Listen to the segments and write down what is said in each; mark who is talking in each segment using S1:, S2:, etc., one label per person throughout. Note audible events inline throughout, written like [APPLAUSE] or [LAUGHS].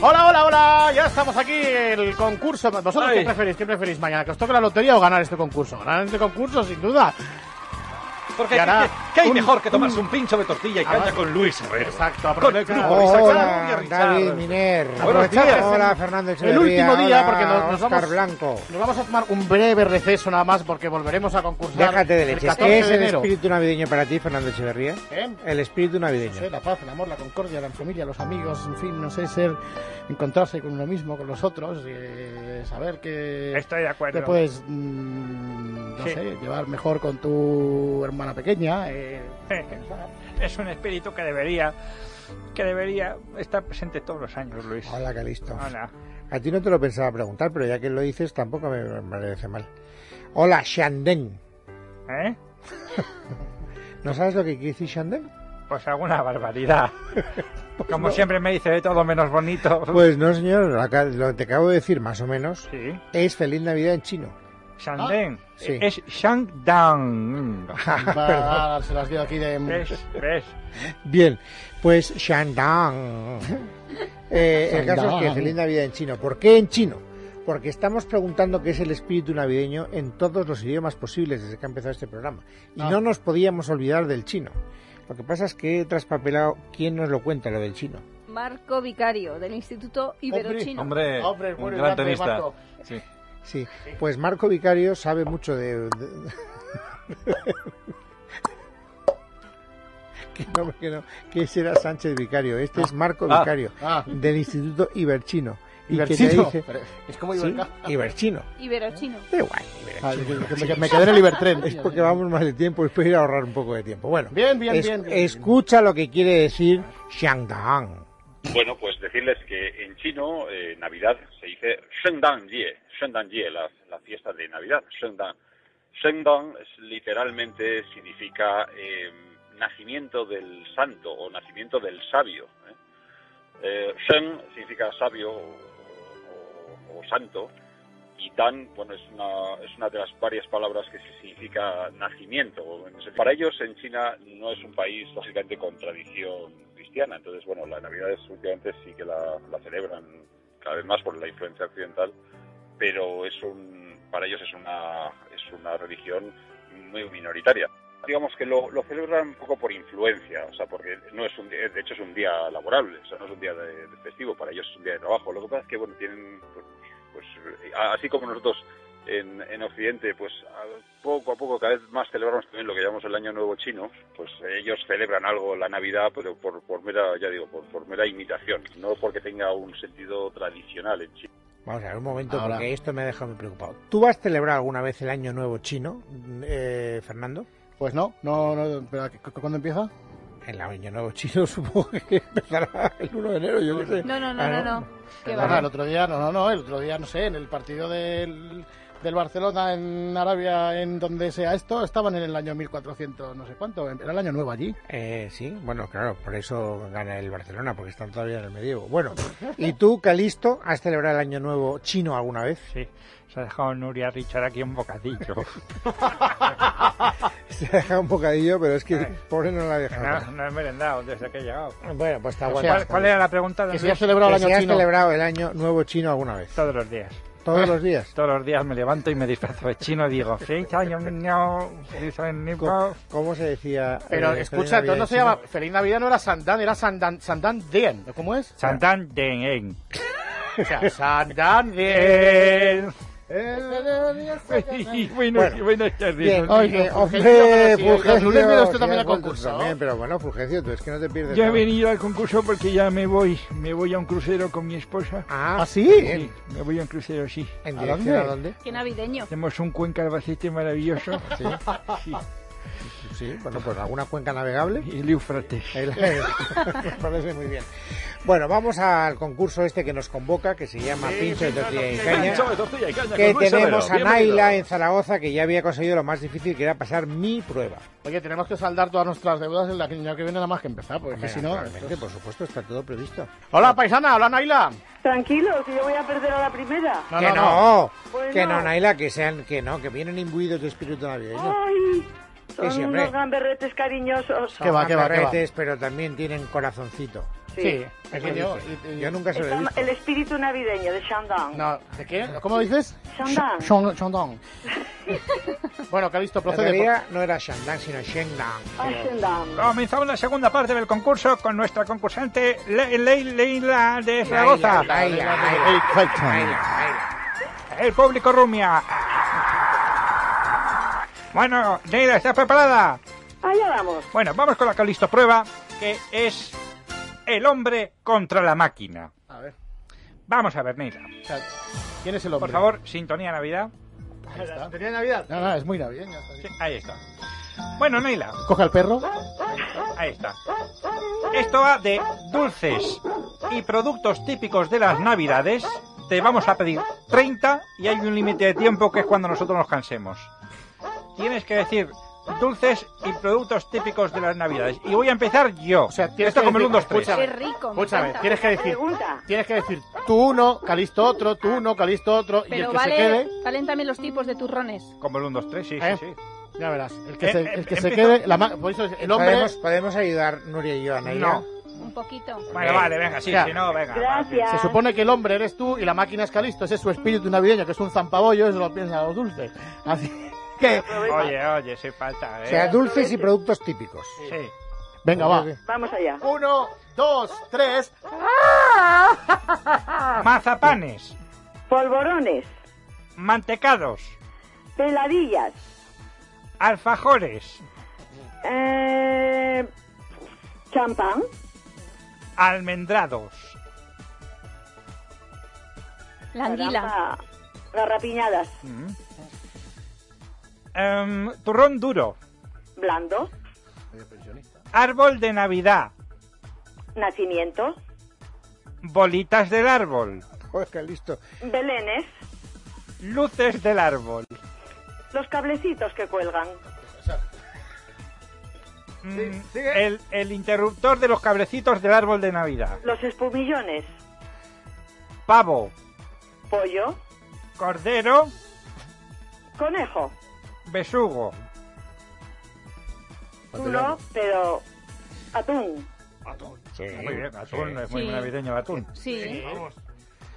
S1: Hola, hola, hola, ya estamos aquí, el concurso. ¿Vosotros qué
S2: Ay.
S1: preferís? ¿Qué preferís mañana? ¿Que os toque la lotería o ganar este concurso? Ganar este concurso, sin duda.
S2: Porque
S1: Y hará
S2: ¿qué, qué hay
S1: un-
S2: mejor que tomarse un pincho de tortilla y
S1: Además-
S2: caña con Luis Herrero?
S1: Exacto,
S2: Con
S1: aprovecha.
S2: el grupo
S1: Oh,
S2: Luis Herrero,
S1: hola,
S2: Luis
S3: Hola,
S2: Richard.
S3: David Miner.
S2: Buenos días.
S3: Hola, Fernando
S1: El
S3: Echeverría.
S1: último día,
S3: Hola,
S1: porque nos, nos
S3: Oscar
S1: vamos,
S3: Blanco.
S1: nos vamos a tomar un breve receso nada más porque volveremos a concursar.
S3: Déjate de
S1: el
S3: leches.
S1: 14
S3: ¿Qué es
S1: de
S3: el
S1: enero.
S3: espíritu navideño para ti, Fernando Echeverría?
S1: ¿Eh?
S3: El espíritu
S1: No sé,
S3: navideño.
S1: la paz, el amor, la concordia, la familia, los amigos, en fin, no sé, ser, encontrarse con uno mismo, con los otros, eh, saber que
S3: Este
S4: Estoy de acuerdo.
S1: te puedes, mm, no
S4: Sí.
S1: sé, llevar mejor con tu hermana pequeña. eh,
S4: [LAUGHS]
S3: [LAUGHS]
S4: Es un espíritu que debería que debería estar presente todos los años, Luis.
S3: Hola, Calisto.
S4: Hola.
S3: A ti Ah, no te lo pensaba preguntar, pero ya que lo dices, tampoco me me parece mal. Hola, Shanden.
S4: ¿Eh?
S3: ¿No sabes lo que quiere decir Shanden?
S4: Pues alguna barbaridad.
S1: [LAUGHS] Pues
S4: Como siempre me dice de todo menos bonito.
S3: Pues no, señor. lo aca- Lo que te acabo de decir, más o menos,
S4: Sí.
S3: es Feliz Navidad en chino.
S1: Ah,
S4: Shanden.
S3: sí.
S4: Es Shangdan.
S3: Ah,
S1: va- se las dio aquí de...
S4: ¿Ves? ¿Ves?
S3: Bien, pues Shandang. Eh, el caso es
S1: Shandong.
S3: que feliz Navidad en chino. ¿Por qué en chino? Porque estamos preguntando qué es el espíritu navideño en todos los idiomas posibles desde que ha empezado este programa. Y
S1: Ah.
S3: no nos podíamos olvidar del chino. Lo que pasa es que he traspapelado quién nos lo cuenta lo del chino.
S5: Marco Vicario, del Instituto Iberochino.
S2: Hombre,
S1: [LAUGHS] Hombre,
S2: un
S1: bueno,
S2: gran
S1: grande,
S2: tenista.
S1: Marco.
S2: Sí.
S3: Sí, pues Marco Vicario sabe mucho de... de- [LAUGHS] que no, que no, que ese era Sánchez Vicario, este es Marco
S2: Ah.
S3: Vicario,
S1: Ah.
S3: del Instituto Iberchino. Y que te
S1: Iberchino.
S3: dice-
S1: Pero Es como
S3: Sí,
S1: Iberca.
S3: Iberchino.
S5: Iberochino.
S3: Da igual,
S1: Ah,
S3: Iberchino.
S1: que- que- que me quedé en el [LAUGHS] Ibertren.
S3: Es porque vamos más de tiempo, espero ir a ahorrar un poco de tiempo. Bueno,
S1: Bien, bien, bien, bien.
S3: escucha lo que quiere decir Shangdang.
S6: Bueno, pues decirles que en chino eh, Navidad se dice Shengdang Ye, Shengdang Ye, la, la fiesta de Navidad, Shengdang. Shengdang es- literalmente significa eh, nacimiento del santo o nacimiento del sabio. ¿eh? Eh, Sheng significa sabio o, o- o santo y Dan, bueno, es una, es una de las varias palabras que significa nacimiento. Para ellos en China no es un país básicamente con tradición cristiana, entonces bueno, la Navidad es, últimamente sí que la, la celebran cada vez más por la influencia occidental, pero es un, para ellos es una, es una religión muy minoritaria. Digamos que lo, lo celebran un poco por influencia, o sea, porque no es un, día- de hecho es un día laborable, o sea, no es un día de, de festivo, para ellos es un día de trabajo. Lo que pasa es que, bueno, tienen pues, pues eh, a- así como nosotros en, en Occidente, pues a- poco a poco cada vez más celebramos también lo que llamamos el Año Nuevo Chino, pues ellos celebran algo la Navidad, pero por, por mera, ya digo, por, por mera imitación, no porque tenga un sentido tradicional en China.
S3: Vamos a ver un momento,
S1: Ahora.
S3: porque esto me ha dejado muy preocupado. ¿Tú has celebrado alguna vez el Año Nuevo Chino, eh, Fernando?
S1: Pues no, no, no, pero ¿cu- cu- ¿cuándo empieza?
S3: El Año Nuevo Chino [LAUGHS] supongo que empezará el 1 de enero, yo qué sé.
S5: No, no, no,
S3: Ah,
S5: no, no. Qué
S1: Perdona,
S5: va.
S1: el otro día, no, no, no, el otro día, no sé, en el partido del, del Barcelona en Arabia, en donde sea esto, estaban en el año 1400, no sé cuánto, era el año nuevo allí.
S3: Eh, sí, bueno, claro, por eso gana el Barcelona, porque están todavía en el medievo. Bueno, ¿y tú, Calisto, has celebrado el Año Nuevo Chino alguna vez?
S4: Sí. Se ha dejado Nuria Richard aquí un
S1: [LAUGHS]
S4: bocadillo.
S3: Se ha dejado un bocadillo, pero es que pobre no la ha
S4: No,
S3: dejado.
S4: no he merendado desde que he llegado.
S3: Bueno, pues está
S1: O
S3: bueno.
S1: sea,
S4: ¿Cuál, cuál era la pregunta de
S1: Que si has
S4: Luis?
S1: celebrado
S3: Que
S1: el
S3: si
S1: año
S3: has
S1: chino.
S3: celebrado el Año Nuevo Chino alguna vez?
S4: Todos los días.
S3: Todos los días.
S4: Todos los días me levanto y me disfrazo de chino y digo, feliz año, niño, feliz año, niño".
S3: Co- ¿Cómo se decía?
S1: Pero
S3: eh,
S1: escucha,
S3: Feliz Navidad
S1: entonces no se
S3: Chino?
S1: llama Feliz Navidad, no era Sandan, era Sandan, Sandan Dien, ¿no? ¿cómo es?
S4: Santan Deng.
S1: O [LAUGHS] sea, Sandan Dien.
S4: Eh,
S1: Eh,
S3: Bueno. Bien,
S1: Ay,
S3: eh,
S1: Fulgencio,
S3: hombre,
S1: pero sí, oiga, el lunes viene usted también a
S3: sí, bueno,
S1: concurso.
S3: también, pero bueno, Fulgencio, tú es que no te pierdes.
S4: Ya he
S3: nada.
S4: venido al concurso porque ya me voy. Me voy a un crucero con mi esposa.
S3: Ah,
S1: ¿Ah, sí?
S3: bien.
S4: Sí, me voy a un crucero, sí.
S3: ¿En
S1: ¿A
S3: dirección a dónde?
S5: Qué navideño.
S4: Hacemos un Cuenca Albacete maravilloso. Sí.
S3: Sí, bueno, pues alguna cuenca navegable. [LAUGHS]
S4: Y el Éufrates.
S3: Ahí la- Me parece muy bien. Bueno, vamos al concurso este que nos convoca, que se llama Pincho de Tortilla y Caña.
S2: Pincho de tortilla y caña
S3: Que
S2: con Luis
S3: tenemos a
S2: Herrero.
S3: Naila
S2: Bienvenido.
S3: en Zaragoza, que ya había conseguido lo más difícil, que era pasar mi prueba.
S1: Oye, tenemos que saldar todas nuestras deudas el año que viene nada más que empezar, porque es que si no...
S3: Naturalmente, por supuesto, está todo previsto.
S1: Hola, paisana, hola, Naila.
S7: Tranquilo, que yo voy a perder a la primera.
S1: No,
S3: que
S1: no,
S3: no,
S1: no.
S7: Bueno. Ah.
S3: que no, Naila, que sean, que no, que vienen imbuidos de espíritu navideño.
S7: ¡Ay!
S3: Sí, sí,
S7: Son
S3: hombre.
S7: unos gamberretes cariñosos.
S1: Que va, que va, que va.
S3: gamberretes, pero también tienen corazoncito.
S4: Sí.
S1: Pequeño. y- y-
S3: Yo nunca se lo he
S7: Está-
S3: visto.
S7: el espíritu navideño de Shandong.
S1: No, ¿de qué? ¿Cómo dices?
S7: Shandong.
S1: Shon- Shandong. [LAUGHS] bueno, Calisto,
S3: En
S1: procede.
S3: realidad no era Shandang, sino Shendang.
S7: Ah, Shandong.
S4: Comenzamos la segunda parte del concurso con nuestra concursante Le- Le- Leila de Zaragoza.
S3: Laila, Laila, Laila,
S1: Ah.
S3: Laila, Laila.
S4: El público rumia. Bueno, Leila, ¿estás preparada?
S7: Allá vamos.
S4: Bueno, vamos con la Calisto prueba, que es el hombre contra la máquina.
S1: A ver,
S4: Vamos a ver, Neila.
S1: o sea, ¿quién es el
S4: Por
S1: hombre?
S4: favor, sintonía Navidad.
S1: Ahí está.
S8: ¿Tenía Navidad?
S1: No, no, es muy navideño. está bien.
S4: Sí, ahí está. Bueno, Neila,
S1: Coge al perro.
S4: ahí está. Esto va de dulces y productos típicos de las Navidades. Te vamos a pedir 30 y hay un límite de tiempo que es cuando nosotros nos cansemos. Tienes que decir dulces y productos típicos de las Navidades. Y voy a empezar yo.
S1: O sea, tienes
S4: Esto
S1: que
S4: como el
S1: decir-
S4: 1, 2, 3.
S1: escucha,
S5: Qué rico. me
S1: Escúchame,
S5: encanta.
S1: tienes que decir,
S7: Pregunta.
S1: tienes que decir tú uno, Calisto otro, tú uno, Calisto otro, y el
S5: Pero
S1: que
S5: vale,
S1: se quede,
S5: valen también los tipos de turrones.
S4: Como el 1, 2, 3, sí,
S1: ¿Eh?
S4: sí, sí.
S1: ya verás, el que
S4: Eh,
S1: se,
S4: eh,
S1: el que se
S4: empiezo-
S1: quede, la ma- por eso es el hombre,
S3: ¿Podemos, podemos ayudar, Nuria y yo, a Naila?
S4: No.
S5: Un poquito.
S4: Bueno, vale, venga, sí,
S1: Ya.
S4: si no, venga.
S7: Gracias.
S1: se supone que el hombre eres tú y la máquina es Calisto, ese es su espíritu navideño, que es un zampabollo, eso lo piensan los dulces. Así que,
S4: va. Oye, oye, sí falta,
S3: O
S4: ¿eh?
S3: sea, dulces y productos típicos.
S4: Sí.
S1: venga, va.
S7: Vamos allá.
S1: Uno, dos, tres,
S4: Mazapanes,
S7: Polvorones,
S4: mantecados,
S7: peladillas,
S4: alfajores,
S7: eh, champán,
S4: almendrados,
S5: La anguila.
S7: caramba, garrapiñadas,
S4: em, turrón duro,
S7: blandos,
S4: árbol de Navidad,
S7: nacimientos,
S4: bolitas del árbol,
S3: [LAUGHS] Joder, qué listo.
S7: belenes,
S4: luces del árbol,
S7: los cablecitos que cuelgan,
S4: mm, el, el interruptor de los cablecitos del árbol de Navidad,
S7: los espumillones,
S4: pavo,
S7: pollo,
S4: cordero,
S7: conejo,
S4: besugo,
S7: tú no, pero atún,
S4: muy bien, atún, es muy
S5: Sí. Eh.
S4: navideño el atún,
S5: Sí.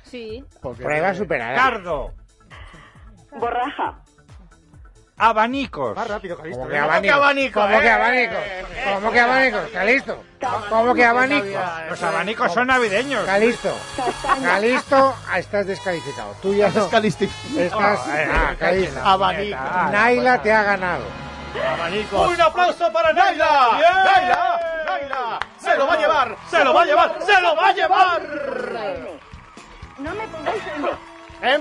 S5: Sí.
S1: porque- eh.
S3: Prueba superada.
S4: cardo,
S7: borraja,
S4: abanicos,
S1: Más rápido, Calisto.
S3: Como que abanico. Como
S2: eh.
S3: que abanico. Como que abanico. Calisto. Como que abanico.
S4: los abanicos son navideños.
S3: Calisto.
S7: castaña,
S3: Calisto, ah, estás descalificado. Tú ya no.
S1: Es Calisto.
S3: Estás.
S4: Ah, eh,
S3: Ah,
S4: eh,
S3: Calisto.
S1: Abanico.
S4: Ah,
S3: Naila te ha ganado.
S1: Abanico.
S2: Un aplauso para Naila.
S4: Bien.
S2: Naila, Naila, se lo va a llevar, se lo va a llevar, se lo va a llevar.
S7: N. No me pongáis N.
S1: ¿Eh?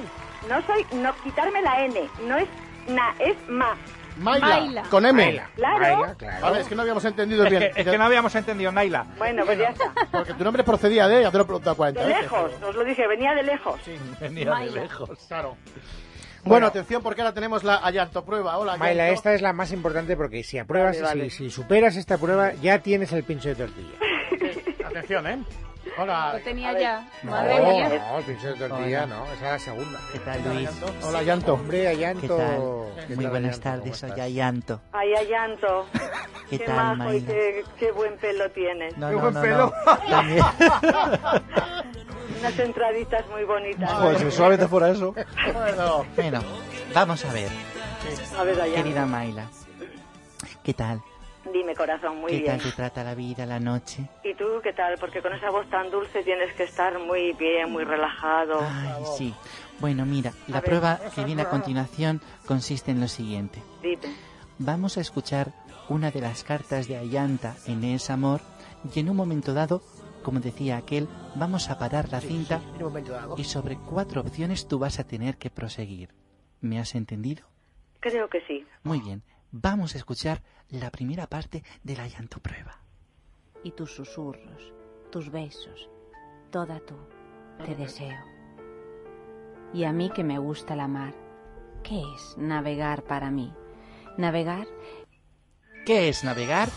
S7: No soy, no quitarme la N. No es na, es ma.
S1: Mayla,
S5: Mayla.
S1: Con M.
S3: Naila.
S7: Claro.
S3: Naila, claro.
S1: Vale, es que no habíamos entendido
S4: Es
S1: bien.
S4: que, es que no habíamos entendido, Naila.
S7: Bueno, pues ya está.
S1: Porque tu nombre procedía de, ya te lo he preguntado 40
S9: [LAUGHS]
S7: De
S1: veces.
S7: lejos, os lo dije, venía de lejos.
S4: Venía de
S5: Naila.
S4: lejos.
S1: Claro. Bueno, atención porque ahora tenemos la Ayantoprueba. Hola,
S3: Maila,
S1: Ayarto.
S3: esta es la más importante porque si apruebas,
S7: Vale, vale.
S3: Si, si superas esta prueba, ya tienes el pincho de tortilla.
S1: Atención, ¿eh? Hola.
S5: Lo tenía ya. Madre
S3: No,
S5: mía.
S3: no, el pincho de tortilla no, esa es la segunda.
S9: ¿Qué tal, Luis?
S1: Hola, Ayanto.
S3: Hombre,
S9: ¿Qué
S3: Ayanto.
S9: tal?
S3: ¿Qué
S9: Muy
S3: tal,
S9: buenas
S3: Ayanto?
S9: tardes,
S3: ¿Cómo
S9: soy
S3: estás?
S9: Ayanto.
S7: Ay, Ayanto.
S9: [LAUGHS] ¿Qué
S7: qué
S9: tal,
S7: majo y
S9: Maila?
S7: qué, qué buen pelo tienes.
S9: No,
S4: Qué
S9: no,
S4: buen
S9: no,
S4: pelo.
S9: no. También-
S7: Unas entraditas muy bonitas.
S2: solamente Pues fuera eso.
S1: Bueno,
S9: Bueno, vamos a ver,
S7: A ver, Ayanto.
S9: pues, querida Maila. ¿Qué tal?
S7: Dime, corazón, muy
S9: ¿Qué
S7: bien.
S9: tal te trata la vida, la noche?
S7: ¿Y tú qué tal? Porque con esa voz tan dulce tienes que estar muy bien, muy relajado.
S9: Ay, sí. Bueno, mira, la
S7: ver.
S9: prueba que viene a continuación consiste en lo siguiente.
S7: Dime.
S9: Vamos a escuchar una de las cartas de Ayanta en Es Amor y en un momento dado, como decía aquel, vamos a parar la cinta
S1: en un momento dado.
S9: y sobre cuatro opciones tú vas a tener que proseguir. ¿Me has entendido?
S7: Creo que sí.
S9: Muy bien, vamos a escuchar la primera parte de la llanto prueba.
S10: y tus susurros, tus besos, toda tú, te deseo. Y a mí que me gusta la mar, ¿qué es navegar para mí? Navegar
S9: ¿Qué es navegar?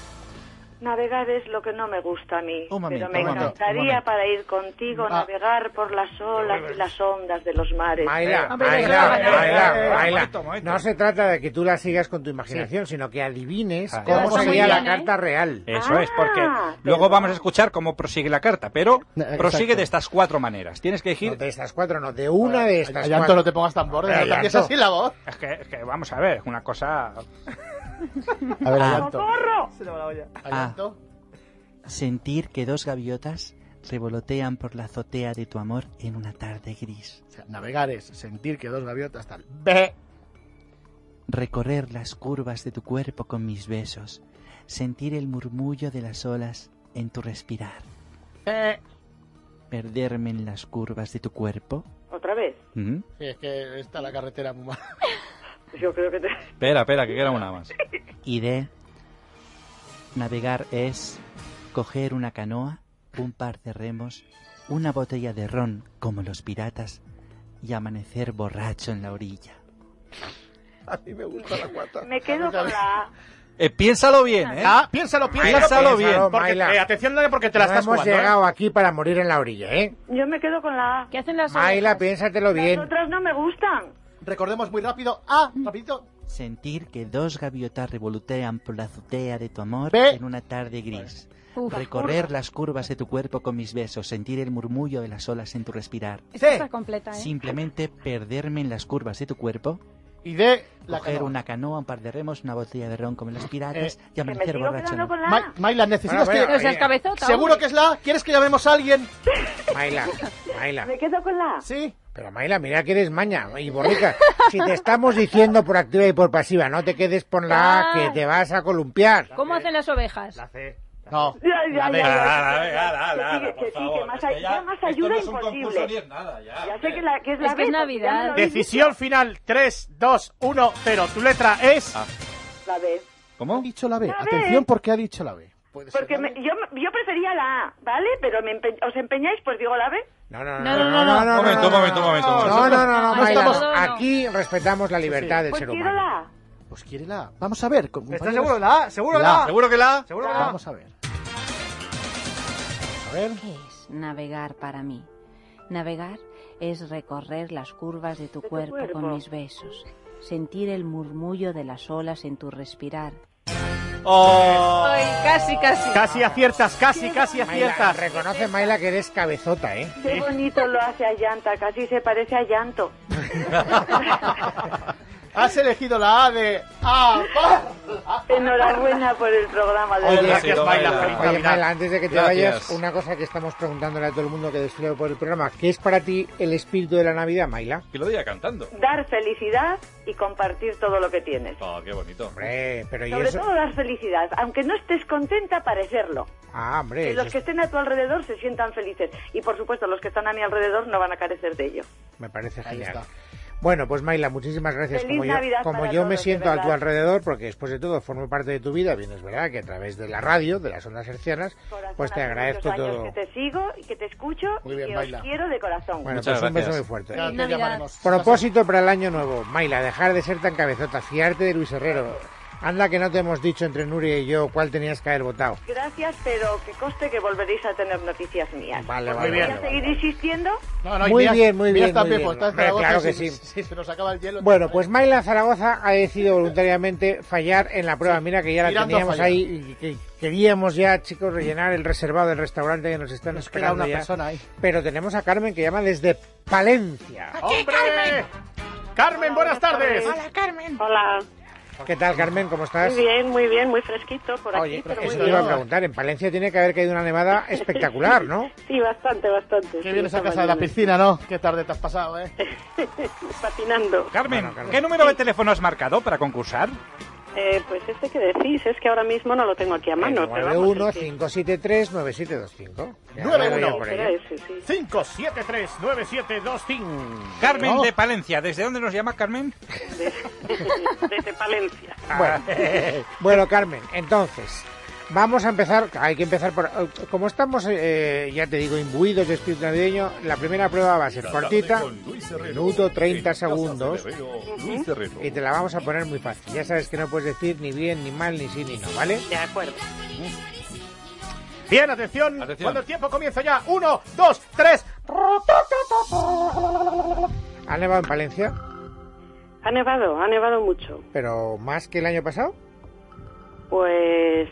S7: Navegar es lo que no me gusta a mí,
S9: Un momento,
S7: pero me
S9: un momento,
S7: encantaría
S3: un momento.
S7: para ir contigo
S1: Ah.
S7: navegar por las olas y las ondas de los mares.
S3: Maila,
S1: Hombre,
S3: Maila,
S1: eso-
S3: Maila,
S4: eh,
S3: Maila.
S4: momento, momento.
S3: No se trata de que tú la sigas con tu imaginación, sino que adivines
S4: Ah.
S3: cómo
S1: Te vas
S3: sería la
S5: bien, ¿eh?
S3: carta real.
S4: Eso es, porque
S7: Ah,
S4: luego vamos a escuchar cómo prosigue la carta, pero
S1: Exacto.
S4: prosigue de estas cuatro maneras. Tienes que
S3: No
S4: elegir...
S3: de estas cuatro, no, de una de estas
S1: Ay, Anto,
S3: cuatro.
S1: no te pongas tan borde,
S3: Ay,
S1: no te cambies
S3: Anto.
S1: así la voz.
S4: Es que, es que vamos a ver, es una cosa...
S1: A ver,
S9: Ah.
S1: Allanto.
S2: Se le va la olla.
S1: Ah. Allanto.
S9: Sentir que dos gaviotas revolotean por la azotea de tu amor en una tarde gris.
S1: O sea, navegar es sentir que dos gaviotas tal.
S9: Recorrer las curvas de tu cuerpo con mis besos. Sentir el murmullo de las olas en tu respirar. Perderme en las curvas de tu cuerpo.
S7: ¿Otra vez?
S9: ¿Mm?
S1: Sí, es que está la carretera muy mal. [LAUGHS]
S7: Yo creo que te...
S4: [LAUGHS] Espera, espera, que queda una más.
S9: Y de navegar es coger una canoa, un par de remos, una botella de ron como los piratas y amanecer borracho en la orilla.
S3: A mí me gusta la cuarta.
S7: me quedo con la A.
S4: Eh, piénsalo bien, ¿eh?
S1: Ah, piénsalo, piénsalo.
S4: Piénsalo
S1: porque-
S4: bien,
S1: Porque,
S3: Maila.
S1: eh, atención, Dani, porque te la
S3: No
S1: estás
S3: hemos
S1: jugando. ¿eh?
S3: llegado aquí para morir en la orilla, ¿eh?
S7: Yo me quedo con la A.
S5: ¿Qué hacen las
S3: Maila,
S5: orejas?
S3: piénsatelo
S7: Las
S3: bien.
S7: otras no me gustan.
S1: Recordemos muy rápido. Ah, rapidito.
S9: Sentir que dos gaviotas revolotean por la azotea de tu amor
S1: Ve.
S9: en una tarde gris.
S5: Uf,
S9: Recorrer las curvas de tu cuerpo con mis besos, sentir el murmullo de las olas en tu respirar.
S5: Esta está completa, ¿eh?
S9: Simplemente perderme en las curvas de tu cuerpo,
S1: Y de la
S9: coger
S1: canoa.
S9: una canoa, un par de remos, una botella de ron como los piratas
S1: Eh,
S9: y
S7: Que me
S9: amanecer
S7: sigo
S9: borracho. en
S7: quedando
S9: la-
S7: con la
S1: Ma-
S7: A.
S1: Maila, necesitas
S3: Bueno,
S1: que.
S5: No
S3: bueno,
S5: seas
S3: eh,
S5: cabezota,
S1: Seguro
S5: hombre.
S1: que es la. ¿Quieres que llamemos a alguien?
S3: Maila, Maila.
S7: Me quedo con la A.
S1: Sí.
S3: Pero Maila, mira que eres maña y borrica. Si te estamos diciendo por activa y por pasiva, no te quedes por la A, que te vas a columpiar.
S5: ¿Cómo hacen las ovejas?
S2: La C.
S1: No.
S7: Ya, ya, ya,
S1: venga,
S7: ya,
S4: dale,
S7: ya,
S4: dale,
S7: ya,
S4: dale, dale,
S7: que sigue,
S4: por
S7: que sigue,
S4: favor,
S7: más
S4: es que
S7: ay-
S4: ya-
S7: ya más
S4: esto
S7: ayuda
S4: no es un concurso ni
S7: imposible.
S4: es nada, ya.
S7: Ya sé que la- que es la
S5: Es que es
S7: B, porque ya me lo
S5: Navidad.
S7: habéis
S1: Decisión final. 3, 2, 1, 0. Tu letra es.
S4: Ah.
S7: dicho, La B.
S1: Ha
S4: ¿Cómo?
S1: dicho la B.
S7: La B.
S1: Atención, porque ha dicho la B. Puede ser
S7: Porque
S1: la
S7: me-
S1: B.
S7: yo, yo prefería la A, ¿vale? Pero me empe- os empeñáis, pues digo la B.
S3: No, no,
S5: No, no, no, no.
S4: Momento,
S3: no, no,
S4: momento,
S3: no.
S4: momento,
S3: No,
S4: momento.
S3: no, no, no,
S5: No
S3: Maila,
S5: estamos-
S3: no. Aquí respetamos la libertad del
S7: Pues
S3: ser
S7: quiero
S3: humano.
S7: la A.
S1: Pues quiere la A. Vamos a ver. compañeros.
S2: ¿Estás seguro de la A? ¿Seguro de la
S1: La.
S2: A?
S4: ¿Seguro que la? Ah.
S2: ¿Seguro de la A?
S1: Vamos a ver. A ver.
S10: ¿Qué es navegar para mí? Navegar es recorrer las curvas de tu,
S7: De tu
S10: cuerpo,
S7: cuerpo.
S10: con mis besos, sentir el murmullo de las olas en tu respirar.
S2: Oh.
S5: Ay, casi, casi.
S2: Casi aciertas, casi, casi
S3: Maila,
S2: aciertas.
S3: reconoce, Maila, que eres cabezota, ¿eh?
S7: Qué bonito lo hace a Llanta, casi se parece a Llanto.
S1: Has elegido la A de. ¡Ah!
S7: Enhorabuena por el programa de
S2: Oye,
S7: verdad.
S2: gracias, Maila.
S4: Maila.
S7: Ah,
S2: Feliz
S3: Oye,
S2: Navidad.
S3: Maila, antes de que te
S4: Gracias.
S3: vayas, una cosa que estamos preguntándole a todo el mundo que desfile por el programa. ¿Qué es para ti el espíritu de la Navidad, Maila?
S4: Que lo diga cantando.
S7: Dar felicidad y compartir todo lo que tienes.
S4: Oh, qué bonito.
S3: Hombre, pero ¿y
S7: Sobre
S3: eso?
S7: todo dar felicidad, aunque no estés contenta, parecerlo.
S3: Ah, hombre.
S7: Que
S3: eso
S7: los que
S3: es-
S7: estén a tu alrededor se sientan felices. Y por supuesto, los que están a mi alrededor no van a carecer de ello.
S3: Me parece
S1: Ahí
S3: genial.
S1: está.
S3: Bueno, pues Maila, muchísimas gracias.
S7: Feliz
S3: como yo,
S7: Navidad
S3: como
S7: para
S3: yo me
S7: todos, de
S3: siento a tu
S7: verdad.
S3: alrededor, porque después de todo formo parte de tu vida, bien es verdad que a través de la radio, de las ondas hercianas,
S7: Corazón,
S3: pues te
S7: hace
S3: agradezco
S7: muchos años
S3: todo.
S7: Que te sigo y que te escucho
S1: Muy
S7: y
S1: bien,
S7: que
S1: Maila.
S7: os quiero de corazón.
S3: Bueno,
S4: Muchas
S3: pues un beso
S4: gracias.
S3: muy fuerte.
S1: Ya te
S5: Navidad.
S1: llamaremos.
S3: Propósito para el año nuevo, Maila, dejar de ser tan cabezota, fiarte de Luis Herrero. Anda que no te hemos dicho entre Nuria y yo cuál tenías que haber votado.
S7: Gracias, pero que coste que volveréis a tener noticias mías.
S3: Vale,
S1: Muy
S3: vale,
S1: bien.
S3: vale,
S7: Voy a seguir
S3: vale.
S7: insistiendo.
S1: No, no, y
S3: Muy
S1: Mías-
S3: bien, muy
S1: Mías
S3: bien, muy
S1: también,
S3: bien.
S1: porque está en
S3: Hombre,
S1: Zaragoza
S3: claro
S1: y
S3: que
S1: si-
S3: sí.
S1: si [LAUGHS] se nos acaba el hielo.
S3: Bueno, pues Maila Zaragoza ha decidido voluntariamente fallar en la prueba.
S1: Sí,
S3: Mira que ya la
S1: tirando a
S3: teníamos
S1: fallar.
S3: ahí y que queríamos ya, chicos, rellenar el reservado del restaurante que nos están
S1: nos queda
S3: esperando
S1: una
S3: ya.
S1: persona ahí.
S3: Pero tenemos a Carmen que llama desde Palencia.
S1: Ah,
S2: ¡Hombre! Carmen, buenas tardes.
S7: Hola.
S3: ¿Qué tal, Carmen? ¿Cómo estás?
S7: bien, muy bien, muy fresquito por
S3: Oye, eso te iba a preguntar. En Palencia tiene que haber caído una nevada espectacular, ¿no?
S7: Sí, bastante, bastante.
S1: Que vienes a casa de la piscina, ¿no? Qué tarde te has pasado, ¿eh?
S7: Patinando.
S4: Carmen,
S3: Bueno, Carmen.
S4: ¿qué número de teléfono has marcado para concursar?
S7: pues este que decís, es que ahora mismo no lo tengo aquí a mano. pero vamos, es que-
S3: 91-573-9725. Ya lo
S1: Nueve
S3: veo
S1: uno.
S3: yo por ahí.
S7: Era ese, sí.
S1: 5739725.
S4: Carmen de Palencia, ¿desde dónde nos llama Carmen?
S7: [LAUGHS] Desde Palencia.
S3: Bueno, bueno, [LAUGHS] Carmen, entonces, vamos a empezar, hay que empezar por... Como estamos, eh, ya te digo, imbuidos de espíritu navideño, la primera prueba va a ser cortita, minuto 30 segundos, y te la vamos a poner muy fácil. Ya sabes que no puedes decir ni bien, ni mal, ni sí, ni no, ¿vale?
S7: De acuerdo.
S1: Bien, atención.
S4: Atención.
S1: Cuando el tiempo comienza ya. Uno, dos, tres.
S3: ¿Ha nevado en Palencia?
S7: Ha nevado, ha nevado mucho.
S3: ¿Pero más que el año pasado?
S7: Pues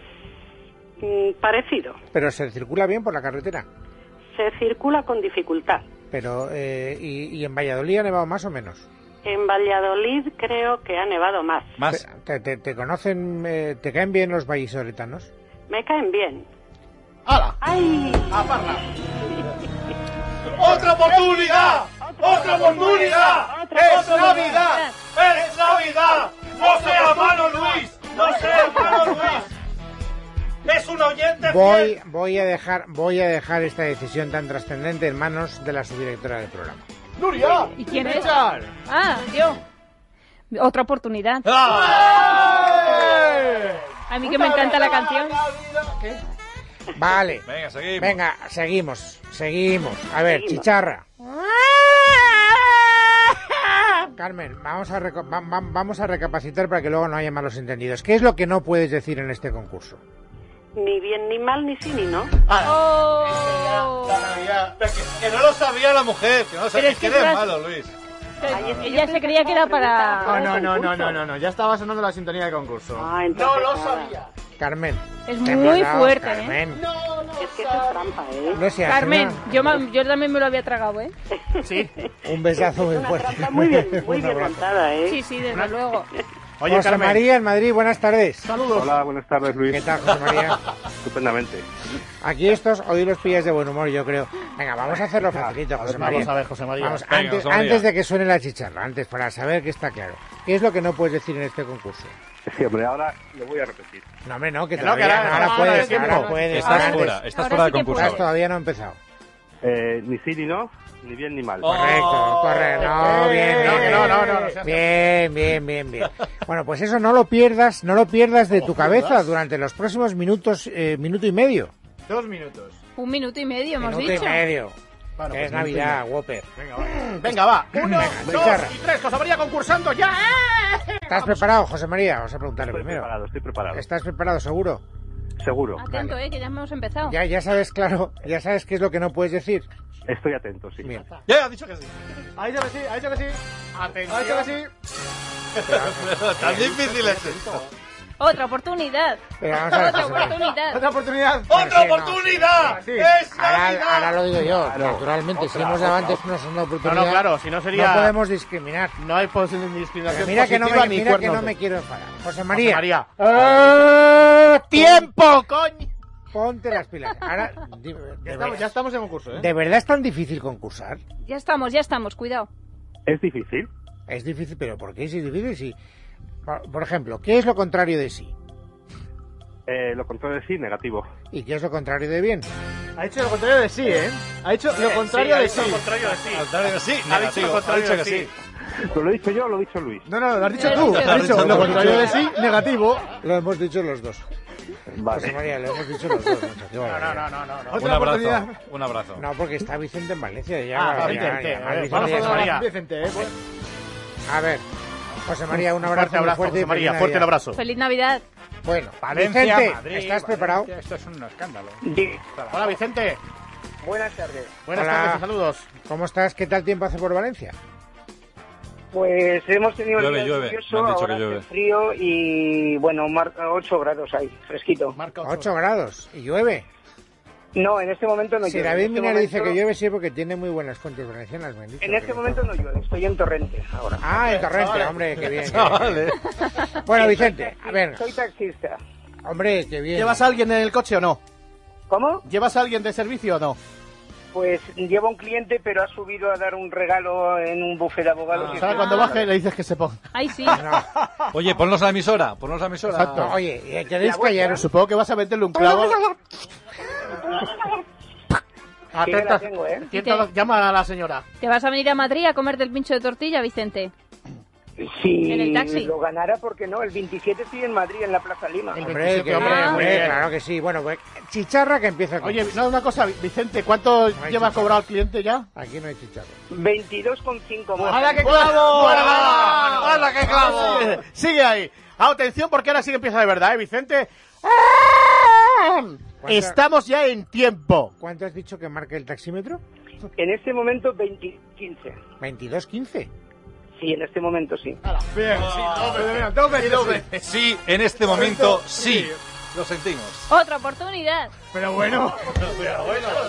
S7: mm, parecido.
S3: ¿Pero se circula bien por la carretera?
S7: Se circula con dificultad.
S3: Pero, eh, y, y en Valladolid ha nevado más o menos?
S7: En Valladolid creo que ha nevado más.
S4: Más.
S3: ¿Te, te- te conocen, eh, te caen bien los vallisoletanos?
S7: Me caen bien.
S1: ¡Hala!
S7: ¡Ay!
S1: ¡A parla! ¡Otra oportunidad! ¡Otra oportunidad! ¡Es Navidad! ¡Es Navidad! ¡No seas malo, Luis! ¡No seas malo, Luis! ¡Es un oyente
S3: Voy,
S1: fiel!
S3: voy, a dejar, voy a dejar esta decisión tan trascendente en manos de la subdirectora del programa.
S1: ¡Nuria!
S5: ¿Y quién es?
S1: Richard.
S5: Ah, yo. Otra oportunidad.
S4: ¡Ah!
S1: ¡Eh!
S5: A mí que me encanta la canción.
S3: Vale.
S4: Venga, seguimos.
S3: Venga, seguimos, seguimos. A ver,
S1: [LAUGHS]
S3: chicharra. Carmen, vamos a, reco- va- va- vamos a recapacitar para que luego no haya malos entendidos. ¿Qué es lo que no puedes decir en este concurso?
S7: Ni bien, ni mal, ni sí, ni no.
S1: ¡Hala!
S5: Oh.
S1: La Navidad. Pero que- Que no lo sabía la mujer, que no lo sabía.
S5: Pero es que
S1: eres
S5: es más-
S1: malo, Luis.
S5: Ella se creía que era para...
S1: no, no, no, no, no, no, ya estaba sonando la sintonía de concurso.
S7: Ah,
S1: No
S7: entonces,
S1: lo
S7: nada.
S1: sabía.
S3: Carmen.
S5: Es
S3: te he
S5: muy
S3: plagado,
S5: fuerte, ¿eh?
S3: Carmen.
S7: Es que eso es trampa, ¿eh?
S3: No seas
S5: Carmen,
S3: una-
S5: yo, ma- yo también me lo había tragado, ¿eh?
S1: Sí.
S3: Un besazo muy
S7: Una
S3: fuerte.
S7: trampa muy bien, muy
S3: [LAUGHS] Un
S7: bien
S3: abrazo.
S7: montada, ¿eh?
S5: Sí, sí, desde luego.
S1: Oye,
S3: José
S1: Carmen.
S3: María en Madrid, buenas tardes.
S1: Saludos.
S6: Hola, buenas tardes,
S3: ¿Qué
S6: Luis.
S3: tal,
S1: [LAUGHS]
S3: José María?
S6: Estupendamente.
S3: Aquí estos hoy los pillas de buen humor, yo creo. Venga, vamos a hacerlo facilito, José
S1: Vamos a
S3: María.
S1: ver, José María.
S3: Vamos,
S4: Venga,
S3: antes,
S4: José María.
S3: antes de que suene la chicharra, antes, para saber que está claro. ¿Qué es lo que no puedes decir en este concurso?
S6: Sí, hombre, ahora lo voy a repetir.
S3: No, hombre, no, que
S1: Que no,
S3: todavía
S1: que ahora-
S3: no, ahora
S1: ahora
S3: puedes,
S1: es tiempo.
S3: ahora puedes.
S4: Estás
S3: ahora
S4: fuera,
S3: antes.
S4: estás
S5: Ahora
S4: fuera
S5: sí
S4: del
S5: que
S4: concurso.
S5: puedo.
S3: Estás todavía no ha empezado.
S6: Eh, ni sí ni no, ni bien ni mal.
S4: Oh.
S3: Correcto, correcto. No,
S1: Eh,
S3: bien,
S1: no,
S3: bien.
S1: que no, no, no, no seas-
S3: Bien, bien, bien, bien. Bueno, pues eso no lo pierdas, no lo pierdas de
S1: Oh,
S3: tu cabeza durante los próximos minutos, eh, minuto y medio.
S1: Dos minutos.
S5: Un minuto y medio, hemos
S3: minuto
S5: dicho.
S3: y medio.
S1: Bueno,
S3: que
S1: pues
S3: es Navidad, Whopper.
S1: Venga, va. Venga, [LAUGHS] va. Uno,
S3: Venga.
S1: dos y tres. José María concursando ya. ¿eh?
S3: ¿Estás preparado, José María? Vamos a preguntarle
S6: Estoy
S3: primero.
S6: preparado, estoy preparado.
S3: ¿Estás preparado, seguro?
S6: Seguro.
S5: Atento, ¿eh? Que ya hemos empezado.
S3: Ya, ya sabes, claro, ya sabes qué es lo que no puedes decir.
S6: Estoy atento, sí.
S3: Bien.
S4: Ya, ya, ha dicho que sí.
S1: Ahí se que sí, ahí se que sí. Atención. Ahí se que sí.
S4: Tan difícil es esto.
S5: Otra oportunidad.
S3: Pero vamos a ver,
S5: Otra
S3: José María.
S5: oportunidad.
S1: Otra oportunidad. ¡Otra
S3: sí, no.
S1: oportunidad!
S3: Sí.
S1: ¡Es Navidad!
S3: Ahora, ahora lo digo yo,
S6: Claro,
S3: naturalmente. si
S6: otra,
S3: hemos dado
S6: otra,
S3: antes una segunda
S1: No,
S3: oportunidad,
S1: no, claro, si no sería...
S3: no podemos discriminar.
S1: No hay posible discriminación
S3: Mira que no
S1: positiva
S3: me,
S1: ni
S3: mira que
S1: cuernos
S3: no
S1: de-
S3: me quiero enfadar. José
S1: José
S3: María,
S1: María.
S3: ¡Eh,
S1: ¡Tiempo, coño!
S3: ponte las pilas. Ahora, di- de,
S1: [LAUGHS] Ya estamos, ya
S3: verdad,
S1: estamos en un curso, ¿eh?
S3: ¿de verdad es tan difícil concursar?
S5: Ya estamos, ya estamos, cuidado.
S6: ¿Es difícil?
S3: Es difícil, pero ¿por qué es difícil? Si, por, por ejemplo, ¿qué es lo contrario de sí?
S6: Eh, lo contrario de sí, negativo.
S3: ¿Y qué es lo contrario de bien?
S1: Ha hecho lo contrario de sí, ¿eh? Ha hecho lo contrario de sí.
S4: Sí,
S1: Ha dicho lo contrario de sí.
S6: ¿Pero lo he dicho yo o lo ha dicho Luis?
S1: No, no, lo has dicho
S5: Lo
S1: tú.
S5: has dicho
S1: Has dicho
S4: tú.
S1: lo contrario de sí, negativo.
S3: Lo hemos dicho los dos. José
S6: Vale.
S3: María, lo hemos dicho los dos. macho. Qué barbaridad.
S1: no, no.
S4: Un
S1: Otra oportunidad.
S4: abrazo, un abrazo.
S3: No, porque está Vicente en Valencia. Ya,
S1: Ah,
S3: ya,
S1: va, Vicente.
S3: ya, ya,
S1: eh,
S3: Vicente
S1: Vamos,
S3: ya
S1: José
S3: está.
S1: María. Vicente, eh.
S3: A ver, José María, un abrazo
S1: Fuerte
S3: muy
S1: abrazo,
S3: fuerte y
S1: José María.
S3: feliz
S1: Fuerte el
S3: Navidad.
S1: abrazo.
S5: Feliz Navidad.
S3: Bueno,
S4: Valencia,
S3: Vicente,
S4: Madrid,
S3: ¿estás
S4: Valencia,
S3: preparado?
S4: Esto es un escándalo.
S1: Hola, Vicente.
S10: Buenas tardes.
S1: Buenas
S3: Hola.
S1: tardes y saludos.
S3: ¿Cómo estás? ¿Qué tal tiempo hace por Valencia?
S10: Pues hemos tenido
S4: Llueve,
S10: días
S4: llueve.
S10: lluvioso,
S4: Me han dicho
S10: ahora
S4: que llueve.
S10: hace frío y bueno, marca 8 grados ahí, fresquito.
S1: Marca ocho.
S3: 8 grados y llueve.
S10: No, en este momento no
S3: Si
S10: llueve.
S3: David
S10: en este
S3: Minero dice
S10: momento-
S3: que llueve, sí, porque tiene muy buenas fuentes valencianas. me han dicho
S10: En
S3: que
S10: este
S3: no.
S10: momento no llueve, estoy en Torrente ahora.
S3: Ah, el torrente, hombre, qué bien. Bueno, Vicente, a ver,
S10: Soy taxista.
S3: hombre, qué bien.
S1: ¿Llevas a alguien en el coche o no?
S10: ¿Cómo?
S1: ¿Llevas a alguien de servicio o no?
S10: Pues llevo a un cliente, pero ha subido a dar un regalo en un bufé de abogados. y
S1: Ahora
S10: estoy-
S1: cuando baje le dices que se ponga.
S5: Ay, sí.
S4: Oye, ponnos a la emisora, ponnos a la emisora.
S3: No, Oye, ¿eh, ¿queréis
S10: La vuelta. ¿eh?
S3: callaros?
S1: Supongo que vas a meterle un clavo.
S10: Sí que la
S1: Atenta.
S10: tengo, ¿eh?
S1: atenta- Llama a la señora.
S5: ¿Te vas a venir a Madrid a comer del pincho de tortilla, Vicente?
S10: Si
S5: En el taxi.
S10: lo ganara, ¿por qué no? El 27 estoy en Madrid, en la Plaza Lima.
S1: El
S3: Hombre, qué
S1: 27,
S3: hombre,
S5: Ah.
S1: muy
S3: hombre,
S1: bien.
S3: claro que sí. Bueno, pues chicharra que empieza con...
S1: Oye, no, una cosa, Vicente, ¿cuánto
S3: hay
S1: lleva
S3: chicharra.
S1: cobrado el cliente ya?
S3: Aquí no hay chicharra.
S10: 22,5 más.
S1: ¡Hala que clavo! ¡Hala que clavo! Sigue, sigue ahí. Atención porque ahora sí que empieza de verdad, ¿eh, Vicente?
S3: ¿Cuánto-
S11: Estamos ya en tiempo.
S3: ¿Cuánto has dicho que marca el taxímetro?
S12: En este momento, 20, 15.
S3: 22.15.
S12: Sí, en este momento sí.
S3: Ah.
S4: Bien, dos veces, dos veces. Sí, en este momento sí. Lo sentimos.
S5: Otra oportunidad.
S1: Pero bueno.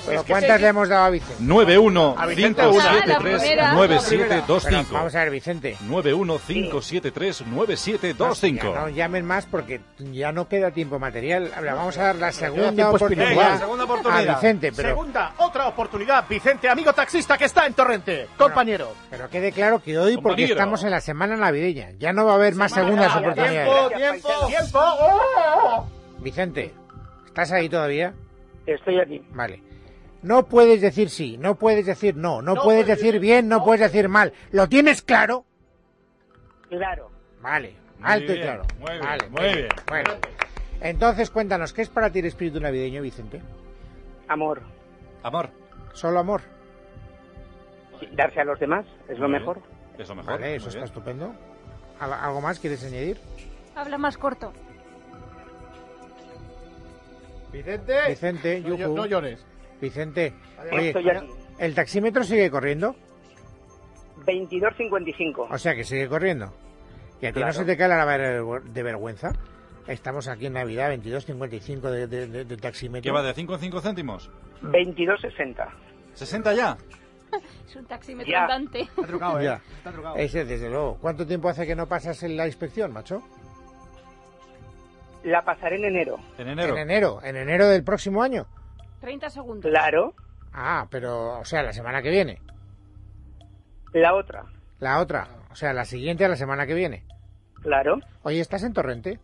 S3: Pero ¿Cuántas le hemos dado a Vicente?
S4: 915739725975.
S3: Pero Vamos a ver, Vicente.
S4: 915739725.
S3: Ya no llamen más porque ya no queda tiempo material. Habla, Vamos a dar la segunda
S11: tiempo
S3: oportunidad,
S11: espiritual. Venga, segunda
S3: a Vicente. Pero,
S11: Segunda, otra oportunidad, Vicente, amigo taxista que está en Torrente. Compañero.
S3: pero quede claro que hoy, porque
S11: Compañero.
S3: estamos en la semana navideña, ya no va a haber más segundas oportunidades.
S11: Tiempo, tiempo, tiempo. ¡Oh!
S3: Vicente, ¿estás ahí todavía?
S12: Estoy aquí.
S3: Vale. No puedes decir sí, no puedes decir no, no, puedes decir bien, no puedes decir mal. ¿Lo tienes claro?
S12: Claro.
S3: Vale,
S4: Muy
S3: alto y
S4: bien,
S3: claro.
S4: muy bien,
S3: Vale,
S4: muy bien.
S3: Bueno, entonces cuéntanos, ¿qué es para ti el espíritu navideño, Vicente?
S12: Amor.
S4: Amor.
S3: ¿Solo amor?
S12: Sí, Darse a los demás es lo
S4: Muy
S12: mejor.
S4: bien. Es lo mejor.
S3: Vale,
S4: muy
S3: eso está
S4: bien.
S3: estupendo. ¿Al- ¿Algo más quieres añadir?
S5: Habla más corto.
S1: Vicente.
S3: Vicente,
S1: No,
S3: yujú.
S1: llo- no llores.
S3: Vicente,
S1: Adelante.
S3: oye,
S1: Estoy aquí.
S3: ¿el taxímetro sigue corriendo?
S1: Oh.
S12: 22.55.
S1: Ah,
S3: O sea que sigue corriendo. ¿Y a ti
S12: Claro.
S3: no se te cae la ver- de vergüenza? Estamos aquí en Navidad, 22.55 de, de, de- de taxímetro.
S4: ¿Qué va de 5 en 5 céntimos?
S12: 22.60.
S4: ¿60 ya?
S5: Es un taxímetro
S12: Ya.
S5: andante. [LAUGHS]
S1: trucado, ¿eh?
S3: Ya.
S1: Está trucado.
S3: Ese, desde luego. ¿Cuánto tiempo hace que no pasas en la inspección, macho?
S12: La pasaré en enero.
S4: En enero.
S3: En enero, en enero del próximo año.
S5: 30 segundos.
S12: Claro.
S3: Ah, pero, o sea, la semana que viene.
S12: La otra.
S3: La otra, o sea, la siguiente a la semana que viene.
S12: Claro.
S3: Oye, ¿estás en Torrente?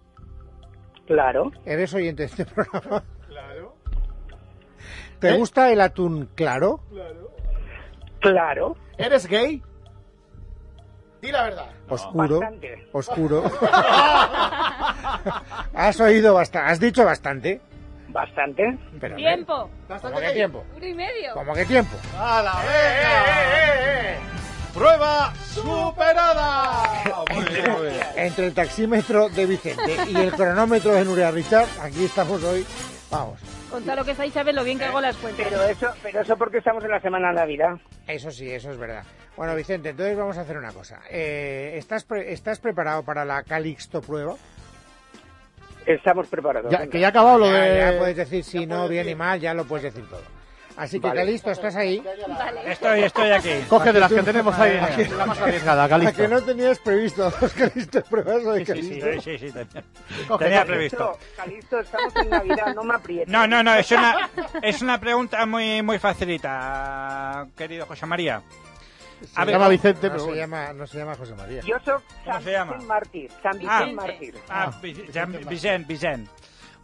S12: Claro.
S3: ¿Eres oyente de este [LAUGHS] programa?
S1: Claro. ¿Eh?
S3: ¿Te gusta el atún claro?
S12: Claro.
S1: ¿Eres gay? Di la verdad.
S3: Oscuro.
S12: Bastante.
S3: Oscuro. has oído bastante, has dicho bastante.
S12: Bastante.
S3: Pero,
S5: Tiempo.
S3: ¿Cómo que tiempo?
S5: Uno y medio.
S3: ¿Cómo que tiempo?
S1: ¡Hala, eh, eh, eh, eh! ¡Prueba superada!
S3: Entre el taxímetro de Vicente y el cronómetro de Nuria Richard, aquí estamos hoy. Vamos.
S5: Contalo que estáis, sabes lo bien que hago las cuentas.
S12: Pero eso, pero eso porque estamos en la semana de Navidad.
S3: Eso sí, eso es verdad. Bueno, Vicente, entonces vamos a hacer una cosa. Eh, ¿estás, pre- ¿Estás preparado para la Calixto prueba?
S12: Estamos preparados.
S1: Ya,
S12: venga.
S1: que ya pues, ha acabado lo
S3: Ya-
S1: de.
S3: Ya, puedes decir si no, bien y mal, ya lo puedes decir todo. Así que,
S12: Vale.
S3: Calixto, ¿estás ahí?
S4: Estoy, estoy aquí.
S1: Coge de las que tenemos ahí.
S3: Para que-
S1: La más arriesgada,
S3: La que
S1: Calixto.
S3: no tenías previsto, [LAUGHS] dos Calixto pruebas o de
S4: Sí, sí, sí,
S3: Calixto.
S4: sí, sí, tenía,
S1: Coge,
S4: tenía
S1: coge.
S4: previsto.
S12: Calisto, estamos en Navidad, no me aprietes.
S4: No, no, no, es una, es una pregunta muy, muy facilita, querido José María.
S1: Se llama Vicente,
S3: No
S1: pero
S3: se
S1: bueno.
S3: llama, no se llama José María.
S12: Yo soy
S4: ¿Cómo
S12: San
S4: se llama?
S12: Vicente Mártir. San
S4: Ah,
S12: Vicente Mártir.
S4: Ah, Vicent, Vicent, Vicent.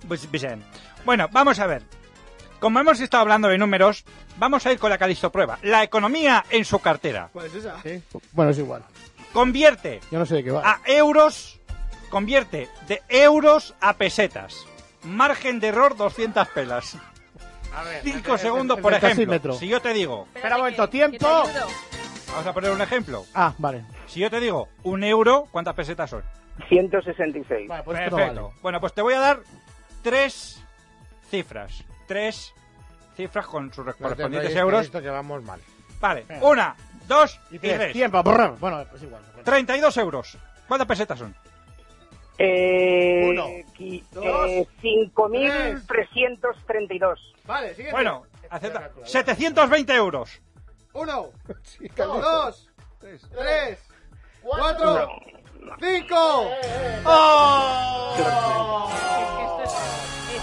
S4: Pues, Vicent. Bueno, vamos a ver. Como hemos estado hablando de números, vamos a ir con la Calixto Prueba. La economía en su cartera.
S1: Sí. Bueno, es igual.
S4: Convierte
S1: Yo no sé de qué va.
S4: a euros, convierte de euros a pesetas. Margen de error 200 pelas. 5 segundos,
S1: el
S4: por
S1: del
S4: ejemplo.
S1: taxímetro.
S4: Si yo te digo,
S1: Espera un momento,
S5: que-
S1: tiempo.
S5: que te ayudo.
S4: vamos a poner un ejemplo.
S1: Ah, vale.
S4: Si yo te digo un euro, ¿cuántas pesetas son?
S12: 166.
S1: Vale, pues esto no
S4: Perfecto.
S1: vale.
S4: Bueno, pues te voy a dar tres cifras. Tres cifras con sus
S3: No te
S4: correspondientes
S3: enrolles,
S4: euros.
S3: Calixto, que vamos mal.
S4: Vale, una, dos y
S1: Y tres.
S4: tres.
S1: Tiempo, borrar. Bueno, pues igual.
S4: 32 euros. ¿Cuántas pesetas son?
S12: Eh,
S1: [LAUGHS] Uno,
S12: qui-
S1: dos,
S12: eh, 5.332.
S1: Vale, siguiente.
S4: Bueno, acepta. 720 euros.
S1: Uno,
S3: Sí, Calixto.
S1: dos, tres, Eh, cuatro, cinco. ¡Oh!
S5: Es que esto es, es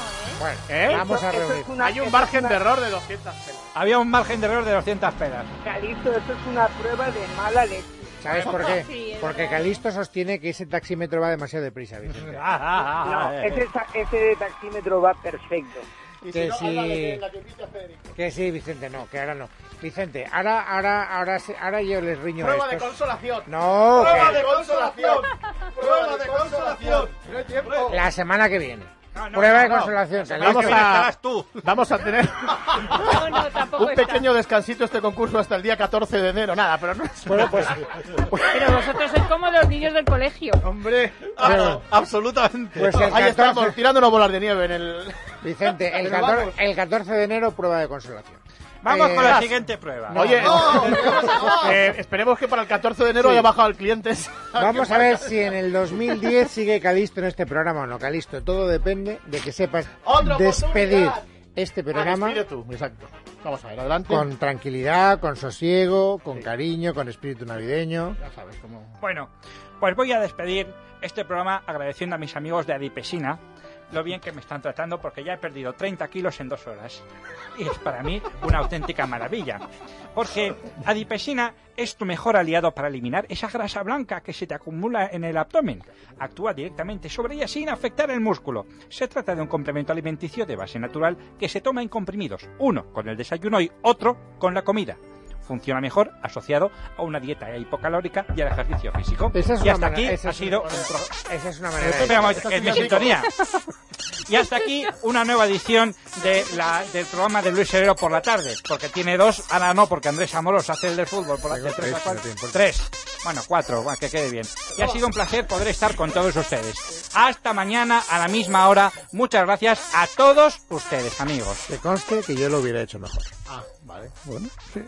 S1: [LAUGHS]
S5: ¿eh?
S3: Bueno,
S4: ¿Eh?
S3: vamos
S12: Esto-
S3: a
S12: esto
S3: reunir.
S12: es una-
S1: Hay
S12: esto
S1: un
S12: es
S1: margen
S12: una-
S1: de error de 200 pelas.
S4: Había un margen de error de 200 pelas.
S12: Calixto, esto es una prueba de mala leche.
S3: ¿Sabes por
S5: Sí,
S3: qué?
S5: es
S3: Porque
S5: verdad.
S3: Calixto sostiene que ese taxímetro va demasiado deprisa, Vicente.
S4: [LAUGHS] Ah, ah, ah,
S12: No,
S4: eh.
S3: este
S12: ese, ta- ese taxímetro va perfecto.
S1: Y
S3: Que sí.
S1: habla de la que invita a Federico.
S3: Que sí, Vicente, no, que ahora no. Vicente, ahora, ahora, ahora, se- ahora yo les riño
S1: Prueba
S3: a
S1: de
S3: estos.
S1: consolación.
S3: No,
S1: Prueba
S3: que
S1: de consolación. Prueba de consolación. No hay tiempo.
S3: la semana que viene. Prueba de consolación. salid.
S1: Vamos a,
S4: tú.
S1: vamos a tener [LAUGHS]
S5: No, no, tampoco
S1: un
S5: está.
S1: pequeño descansito este concurso hasta el día 14 de enero. Nada, pero no es...
S3: [LAUGHS] Bueno, pues,
S5: Pero vosotros sois como los niños del colegio.
S1: Hombre,
S4: Ah,
S3: Bueno.
S13: absolutamente.
S3: pues el
S1: ahí
S3: 14,
S1: estamos, tirándonos bolas de nieve en el...
S3: Vicente, el
S1: Pero
S3: 14,
S1: vamos.
S3: el 14 de enero, prueba de consolación.
S4: Vamos
S3: Eh,
S4: con la siguiente prueba.
S1: Oye,
S13: no,
S1: eh, esperemos que para el 14 de enero
S3: Sí.
S1: haya bajado el cliente.
S3: Vamos a ver si en el 2010 sigue Calisto en este programa o no. Calisto, todo depende de que sepas
S1: Otra
S3: despedir
S1: oportunidad.
S3: este
S1: Programa.
S3: programa
S1: tú, exacto. Vamos a ver, adelante.
S3: con tranquilidad, con sosiego, con cariño, con espíritu navideño.
S1: Ya sabes cómo...
S4: Bueno, pues voy a despedir este programa agradeciendo a mis amigos de Adipesina lo bien que me están tratando porque ya he perdido 30 kilos en dos horas. Y es para mí una auténtica maravilla. Porque Adipesina es tu mejor aliado para eliminar esa grasa blanca que se te acumula en el abdomen. Actúa directamente sobre ella sin afectar el músculo. Se trata de un complemento alimenticio de base natural que se toma en comprimidos, uno con el desayuno y otro con la comida. Funciona mejor asociado a una dieta hipocalórica y al ejercicio físico.
S3: Esa es
S4: y
S3: una
S4: hasta
S3: manera-
S4: aquí
S3: esa
S4: ha
S3: es
S4: sido
S3: una-
S4: un pro-
S3: Esa es una manera de...
S4: Espera, vamos, que es mi sintonía. Y hasta aquí una nueva edición de la, del programa de Luis Herrero por la tarde. Porque tiene dos, ahora no, porque Andrés Amoros hace el de fútbol por la
S3: Tengo
S4: tarde. Tres,
S3: tres,
S4: cuatro,
S3: pero te importa.
S4: tres. Bueno, cuatro, va, que quede bien. Y ha sido un placer poder estar con todos ustedes. Hasta mañana a la misma hora. Muchas gracias a todos ustedes, amigos.
S3: Que conste que yo lo hubiera hecho mejor.
S1: Ah, vale.
S3: Bueno, sí.